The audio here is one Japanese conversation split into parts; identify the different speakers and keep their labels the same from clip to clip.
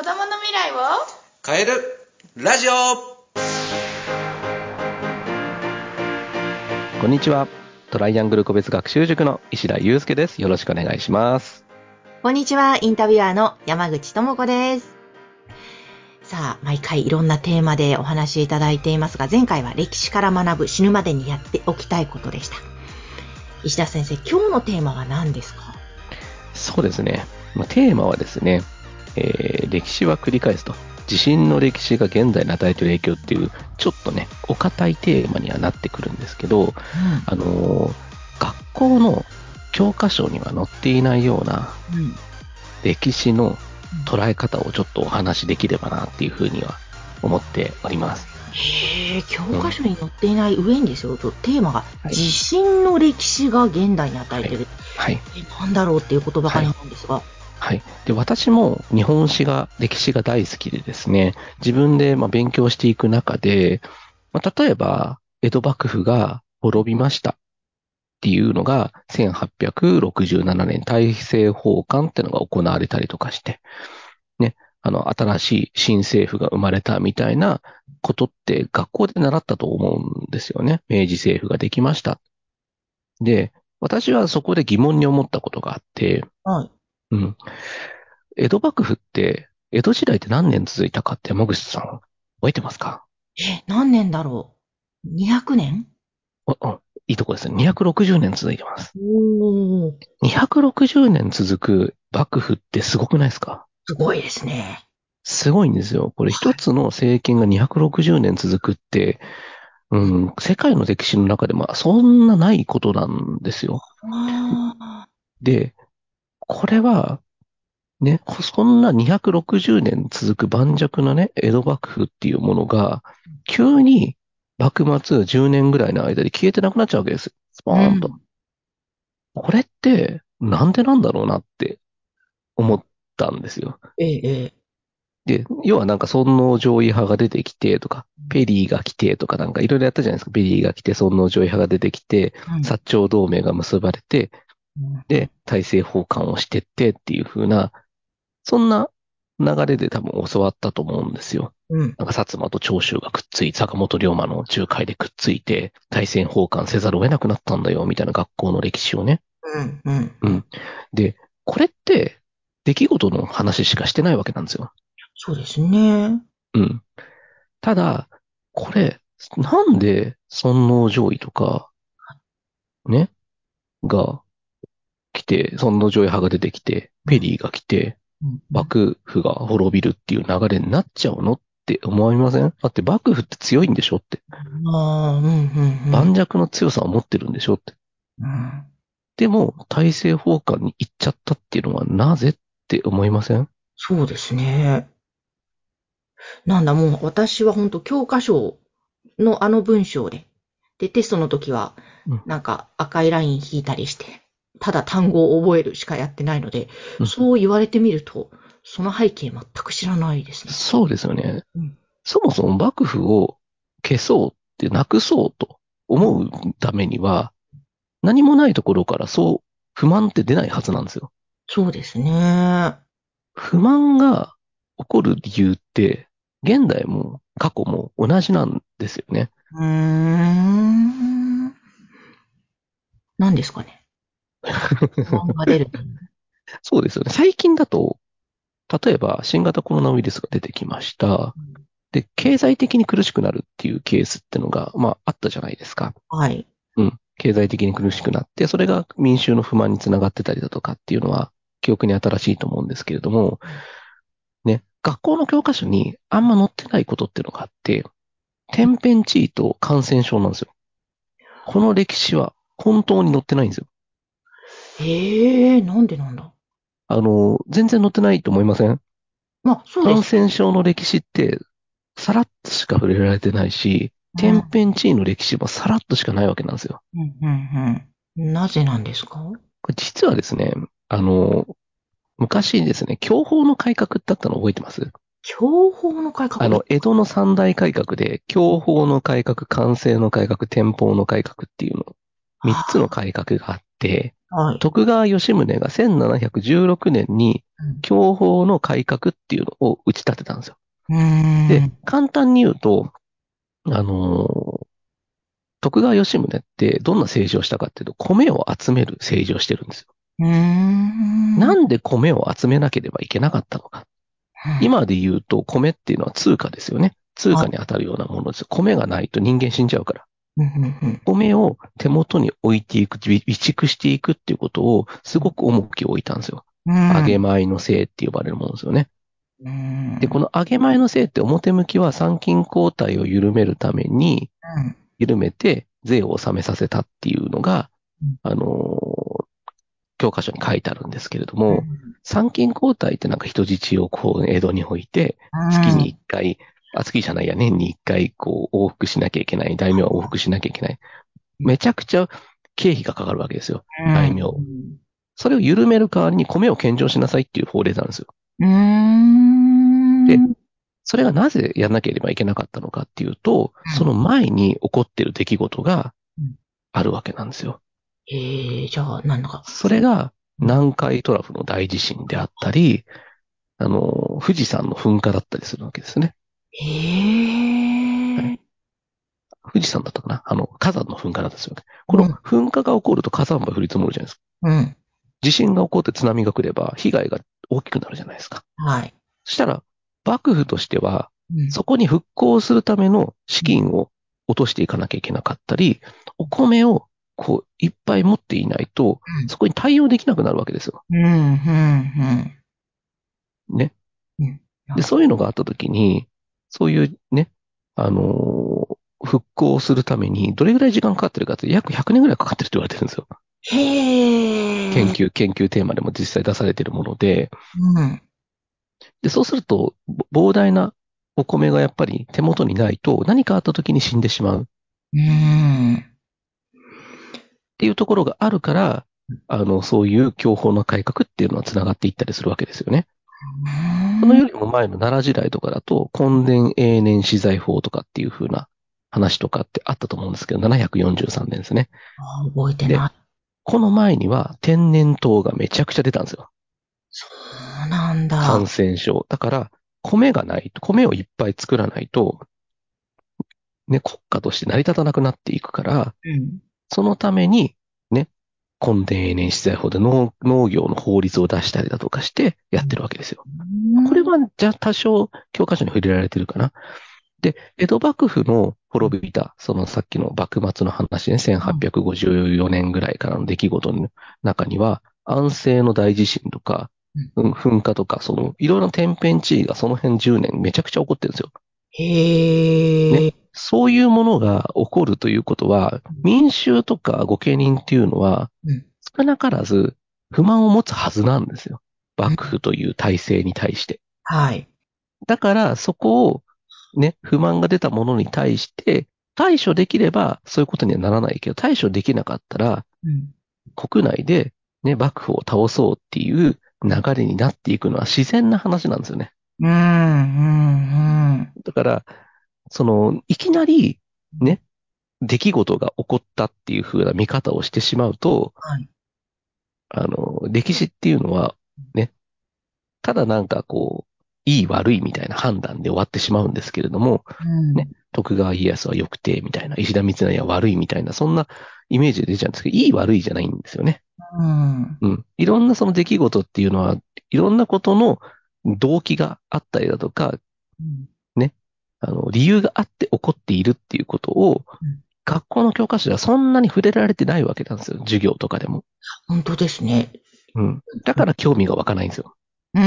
Speaker 1: 未来を
Speaker 2: 変えるラジオ
Speaker 3: こんにちは。トライアングル個別学習塾の石田祐介です。よろしくお願いします。
Speaker 4: こんにちは、インタビュアーの山口智子です。さあ、毎回いろんなテーマでお話しいただいていますが、前回は歴史から学ぶ死ぬまでにやっておきたいことでした。石田先生、今日のテーマは何ですか
Speaker 3: そうですね。まあ、テーマはですね、えー歴史は繰り返すと。地震の歴史が現在に与えている影響っていう、ちょっとね、お堅いテーマにはなってくるんですけど、あのー学校の教科書には載っていないような
Speaker 4: うん。うん。
Speaker 3: 歴史の捉え方をちょっとお話しできればなっていうふうには思っております。
Speaker 4: へえ、教科書に載っていない上にですよ、とテーマが、
Speaker 3: はい
Speaker 4: 地震の歴史が現代に与えている、
Speaker 3: はい。
Speaker 4: えなんだろうっていう言葉からなんですが、
Speaker 3: はい、で私も日本史が歴史が大好きでですね自分でまあ勉強していく中で、まあ、例えば江戸幕府が滅びましたっていうのが1867年大政奉還っていうのが行われたりとかして、ね、あの新しい新政府が生まれたみたいなことって学校で習ったと思うんですよね明治政府ができましたで私はそこで疑問に思ったことがあって、
Speaker 4: はい。
Speaker 3: うん。江戸幕府って、江戸時代って何年続いたかって山口さん、覚えてますか
Speaker 4: え、何年だろう ?200 年
Speaker 3: おおいいとこですね。260年続いてます。
Speaker 4: おー。
Speaker 3: 260年続く幕府ってすごくないですか
Speaker 4: すごいですね。
Speaker 3: すごいんですよ。これ一つの政権が260年続くって、うん、世界の歴史の中でもそんなないことなんですよ。
Speaker 4: あ
Speaker 3: で、これは、ね、こそんな260年続く盤石なね、江戸幕府っていうものが、急に幕末10年ぐらいの間で消えてなくなっちゃうわけです。スポーンと。
Speaker 4: う
Speaker 3: これって、なんでなんだろうなって思ったんですよ。
Speaker 4: あ、ええ、ええ。
Speaker 3: で、要はなんか尊王攘夷派が出てきてとか、ペリーが来てとかなんかいろいろやったじゃないですか。ペリーが来て、尊王攘夷派が出てきて、
Speaker 4: うん
Speaker 3: 薩長同盟が結ばれて、
Speaker 4: うん
Speaker 3: で、大政奉還をしてってっていう風な、そんな流れで多分教わったと思うんですよ。
Speaker 4: うん。
Speaker 3: なんか薩摩と長州がくっついて、坂本龍馬の仲介でくっついて、大政奉還せざるを得なくなったんだよ、みたいな学校の歴史をね。
Speaker 4: うん。うん。
Speaker 3: で、これって、出来事の話しかしてないわけなんですよ。
Speaker 4: そうですね。
Speaker 3: うん。ただ、これ、なんで尊王攘夷とか、ね、が来て、尊王攘夷派が出てきて、ペリーが来て、
Speaker 4: うん
Speaker 3: 幕府が滅びるっていう流れになっちゃうのって思いませんだって幕府って強いんでしょって。
Speaker 4: ああ、うん、うん、うん。
Speaker 3: 盤石の強さを持ってるんでしょって。
Speaker 4: うん
Speaker 3: でも、大政奉還に行っちゃったっていうのはなぜって思いません
Speaker 4: そうですね。なんだ、もう私は本当教科書のあの文章で、で、テストの時は
Speaker 3: うん、
Speaker 4: なんか赤いライン引いたりして、ただ単語を覚えるしかやってないので、
Speaker 3: うん
Speaker 4: そう言われてみると、その背景全く知らないですね。
Speaker 3: そうですよね
Speaker 4: うん。
Speaker 3: そもそも幕府を消そうってなくそうと思うためには、何もないところからそう不満って出ないはずなんですよ。
Speaker 4: そうですね。
Speaker 3: 不満が起こる理由って、現代も過去も同じなんですよね。
Speaker 4: うーん。何ですかね。不安が出る。
Speaker 3: そうですよね。最近だと、例えば新型コロナウイルスが出てきました。で、経済的に苦しくなるっていうケースってのが、まああったじゃないですか。
Speaker 4: はい。
Speaker 3: うん、経済的に苦しくなって、それが民衆の不満につながってたりだとかっていうのは、記憶に新しいと思うんですけれども、ね、学校の教科書にあんま載ってないことっていうのがあって、天変地異と感染症なんですよ。この歴史は本当に載ってないんですよ。
Speaker 4: ええなんでなんだ。
Speaker 3: あの、全然載ってないと思いません
Speaker 4: まあ、そうで
Speaker 3: 感
Speaker 4: す。
Speaker 3: 染症の歴史って、さらっとしか触れられてないし、天変地異の歴史もさらっとしかないわけなんですよ。
Speaker 4: うん、うん、うん。なぜなんですか
Speaker 3: これ実はですね、あの、昔ですね、享保の改革だったの覚えてます
Speaker 4: 享保の改革
Speaker 3: あの、江戸の三大改革で、享保の改革、寛政の改革、天保の改革っていうの、三つの改革があって、
Speaker 4: はい。
Speaker 3: 徳川吉宗が1716年に
Speaker 4: うん
Speaker 3: 享保の改革っていうのを打ち立てたんですよ。
Speaker 4: うーん。
Speaker 3: で、簡単に言うと、あのー徳川吉宗ってどんな政治をしたかっていうと、米を集める政治をしてるんですよ。
Speaker 4: うーん。
Speaker 3: なんで米を集めなければいけなかったのか。
Speaker 4: うん、
Speaker 3: 今で言うと、米っていうのは通貨ですよね。通貨に当たるようなものですよ。米がないと人間死んじゃうから。
Speaker 4: うんうんうん
Speaker 3: 米を手元に置いていく、備備蓄していくっていうことをすごく重きを置いたんですよ。
Speaker 4: うん
Speaker 3: 揚げ米のせいって呼ばれるものですよね。
Speaker 4: うん
Speaker 3: で、この揚げ米のせいって表向きは参勤交代を緩めるために、
Speaker 4: うん
Speaker 3: 緩めて税を納めさせたっていうのが
Speaker 4: うん、
Speaker 3: あのー教科書に書いてあるんですけれども、参勤交代ってなんか人質をこう、江戸に置いて、月に一回、あ、月じゃないや、年に一回、こう、往復しなきゃいけない。大名は往復しなきゃいけない。めちゃくちゃ経費がかかるわけですよ。
Speaker 4: うん
Speaker 3: 大名
Speaker 4: うん
Speaker 3: それを緩める代わりに米を献上しなさいっていう法令なんですよ。
Speaker 4: うーん。
Speaker 3: でそれがなぜやんなければいけなかったのかっていうと
Speaker 4: うん、
Speaker 3: その前に起こってる出来事が
Speaker 4: うん
Speaker 3: あるわけなんですよ。
Speaker 4: ええ、じゃあ、なんだか。
Speaker 3: それが南海トラフの大地震であったり、あの、富士山の噴火だったりするわけですね。
Speaker 4: ええ。
Speaker 3: はい富士山だったかなあの、火山の噴火なんですよね。この
Speaker 4: うん
Speaker 3: 噴火が起こると火山灰降り積もるじゃないですか。
Speaker 4: うん。
Speaker 3: 地震が起こって津波が来れば被害が大きくなるじゃないですか。
Speaker 4: はい。
Speaker 3: そしたら、幕府としては、
Speaker 4: うん
Speaker 3: そこに復興するための資金を落としていかなきゃいけなかったり、お米をこう、いっぱい持っていないと、
Speaker 4: うん
Speaker 3: そこに対応できなくなるわけですよ。
Speaker 4: うん、うん、
Speaker 3: ね
Speaker 4: うん。
Speaker 3: で、そういうのがあったときに、そういうね、あのー復興するために、どれぐらい時間かかってるかって、約100年ぐらいかかってるって言われてるんですよ。
Speaker 4: うん。へえ。
Speaker 3: 研。究、研究テーマでも実際出されてるもので、
Speaker 4: うん。
Speaker 3: で、そうすると、ぼ膨大なお米がやっぱり手元にないと、何かあった時に死んでしまうっ
Speaker 4: うん。
Speaker 3: ていうところがあるから、あの、そういう享保の改革っていうのは繋がっていったりするわけですよね。そのよりも前の奈良時代とかだと、根田永年資材法とかっていう風な話とかってあったと思うんですけど、743年ですね。
Speaker 4: あ覚えてない。
Speaker 3: この前には天然痘がめちゃくちゃ出たんですよ。
Speaker 4: そうなんだ。
Speaker 3: 感染症。だから、米がないと、米をいっぱい作らないと、ね、国家として成り立たなくなっていくから、
Speaker 4: うん。
Speaker 3: そのために、ね、根田永年資材法で農農業の法律を出したりだとかしてやってるわけですよ。これは、じゃあ多少教科書に触れられてるかな。で、江戸幕府の滅びた、そのさっきの幕末の話ね、1854年ぐらいからの出来事の中には、安政の大地震とか、うん噴火とか、その、いろいろな天変地異がその辺10年めちゃくちゃ起こってるんですよ。
Speaker 4: へえ。
Speaker 3: そういうものが起こるということは、民衆とか御家人っていうのは
Speaker 4: うん、
Speaker 3: 少なからず不満を持つはずなんですよ。幕府という体制に対して。
Speaker 4: はい。
Speaker 3: だから、そこを、ね、不満が出たものに対して、対処できればそういうことにはならないけど、対処できなかったら、
Speaker 4: うん。
Speaker 3: 国内で、ね、幕府を倒そうっていう流れになっていくのは自然な話なんですよね。
Speaker 4: うん、うん、うん。
Speaker 3: だから、その、いきなり、ね、出来事が起こったっていう風な見方をしてしまうと、
Speaker 4: はい
Speaker 3: あの、歴史っていうのは、ね、ただなんかこう、いい悪いみたいな判断で終わってしまうんですけれども、
Speaker 4: うん。
Speaker 3: ね徳川家康は良くて、みたいな、石田三成は悪いみたいな、そんなイメージで出ちゃうんですけど、いい悪いじゃないんですよね。
Speaker 4: うん。
Speaker 3: うん。いろんなその出来事っていうのは、いろんなことの動機があったりだとか、
Speaker 4: うん
Speaker 3: あの、理由があって起こっているっていうことを
Speaker 4: うん、
Speaker 3: 学校の教科書ではそんなに触れられてないわけなんですよ。授業とかでも。
Speaker 4: 本当ですね。
Speaker 3: うん。だから興味が湧かないんですよ。
Speaker 4: うーん。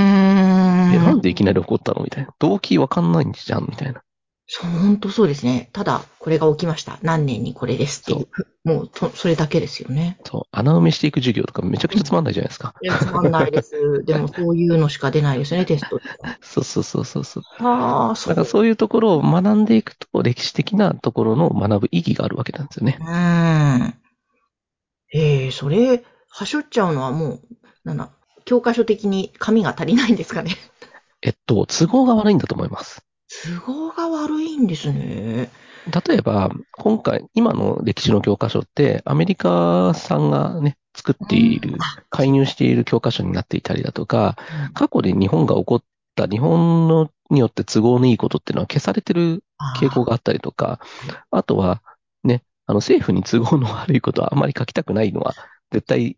Speaker 3: え、なんでいきなり起こったのみたいな。動機わかんないんじゃんみたいな。
Speaker 4: そう、本当そうですね。ただ、これが起きました。何年にこれですっていう。もうそ、それだけですよね。
Speaker 3: そう。穴埋めしていく授業とかめちゃくちゃつまんないじゃないですか。
Speaker 4: いや、つまんない です。でも、そういうのしか出ないですね、テストで。
Speaker 3: そうそうそうそうそう。
Speaker 4: ああ、そ
Speaker 3: だ
Speaker 4: う。
Speaker 3: からそういうところを学んでいくと、歴史的なところの学ぶ意義があるわけなんですよね
Speaker 4: う。ーん。ええそれ、はしょっちゃうのはもう、なんだ、教科書的に紙が足りないんです かね。
Speaker 3: えっと、都合が悪いんだと思います。
Speaker 4: 都合が悪いんですね。
Speaker 3: 例えば、今回、今の歴史の教科書って、アメリカさんがね、作っている、介入している教科書になっていたりだとか、過去で日本が起こった日本のによって都合のいいことっていうのは消されてる傾向があったりとか、あとはね、あの政府に都合の悪いことはあまり書きたくないのは絶対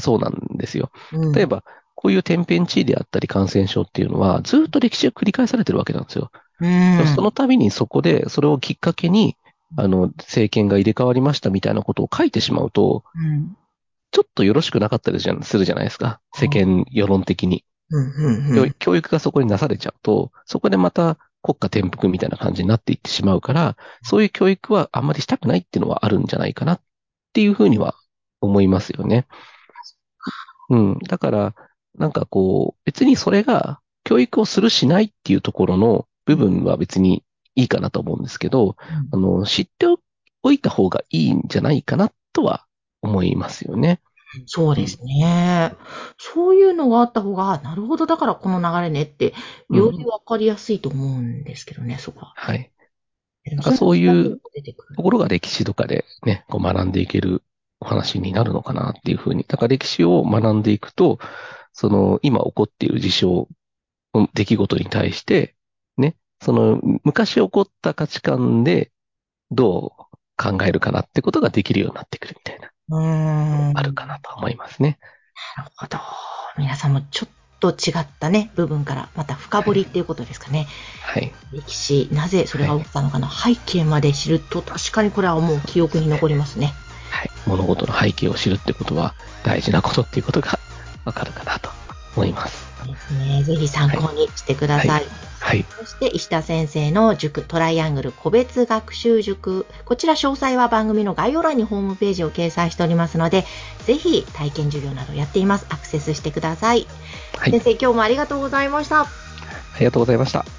Speaker 3: そうなんですよ。
Speaker 4: うん
Speaker 3: 例えば、こういう天変地異であったり感染症っていうのはずっと歴史が繰り返されてるわけなんですよ。
Speaker 4: うん
Speaker 3: その度にそこで、それをきっかけに、あの、政権が入れ替わりましたみたいなことを書いてしまうと、
Speaker 4: うん
Speaker 3: ちょっとよろしくなかったりじゃんするじゃないですか。世間世論的に。
Speaker 4: うんうんうん
Speaker 3: 教教育がそこになされちゃうと、そこでまた国家転覆みたいな感じになっていってしまうから、そういう教育はあんまりしたくないっていうのはあるんじゃないかなっていうふうには思いますよね。うん。だから、なんかこう、別にそれが教育をするしないっていうところの部分は別にいいかなと思うんですけど、あの、知っておいた方がいいんじゃないかなとは思いますよね。
Speaker 4: そうですね。そういうのがあった方が、あなるほど、だからこの流れねって、
Speaker 3: うん
Speaker 4: よりわかりやすいと思うんですけどね、そこは。
Speaker 3: はい。なんかそういう
Speaker 4: 出てくる
Speaker 3: ところが歴史とかでね、こう学んでいけるお話になるのかなっていうふうに。だから歴史を学んでいくと、その今起こっている事象、うん出来事に対して、ね、その昔起こった価値観でどう考えるかなってことができるようになってくるみたいな、
Speaker 4: うーん。
Speaker 3: あるかなと思いますね。
Speaker 4: なるほど。皆さんもちょっと違ったね、部分から、また深掘りっていうことですかね。
Speaker 3: はい。
Speaker 4: 歴史、なぜそれが起きたのかの背景まで知ると、確かにこれはもう記憶に残りますね。
Speaker 3: はい。物事の背景を知るってことは大事なことっていうことがわかるかなと思います。
Speaker 4: ですね。ぜひ参考にしてくださ
Speaker 3: はいはい。
Speaker 4: そして石田先生の塾トライアングル個別学習塾。こちら詳細は番組の概要欄にホームページを掲載しておりますので、ぜひ体験授業などやっています。アクセスしてください。
Speaker 3: はい。
Speaker 4: 先生、今日もありがとうございました。
Speaker 3: ありがとうございました。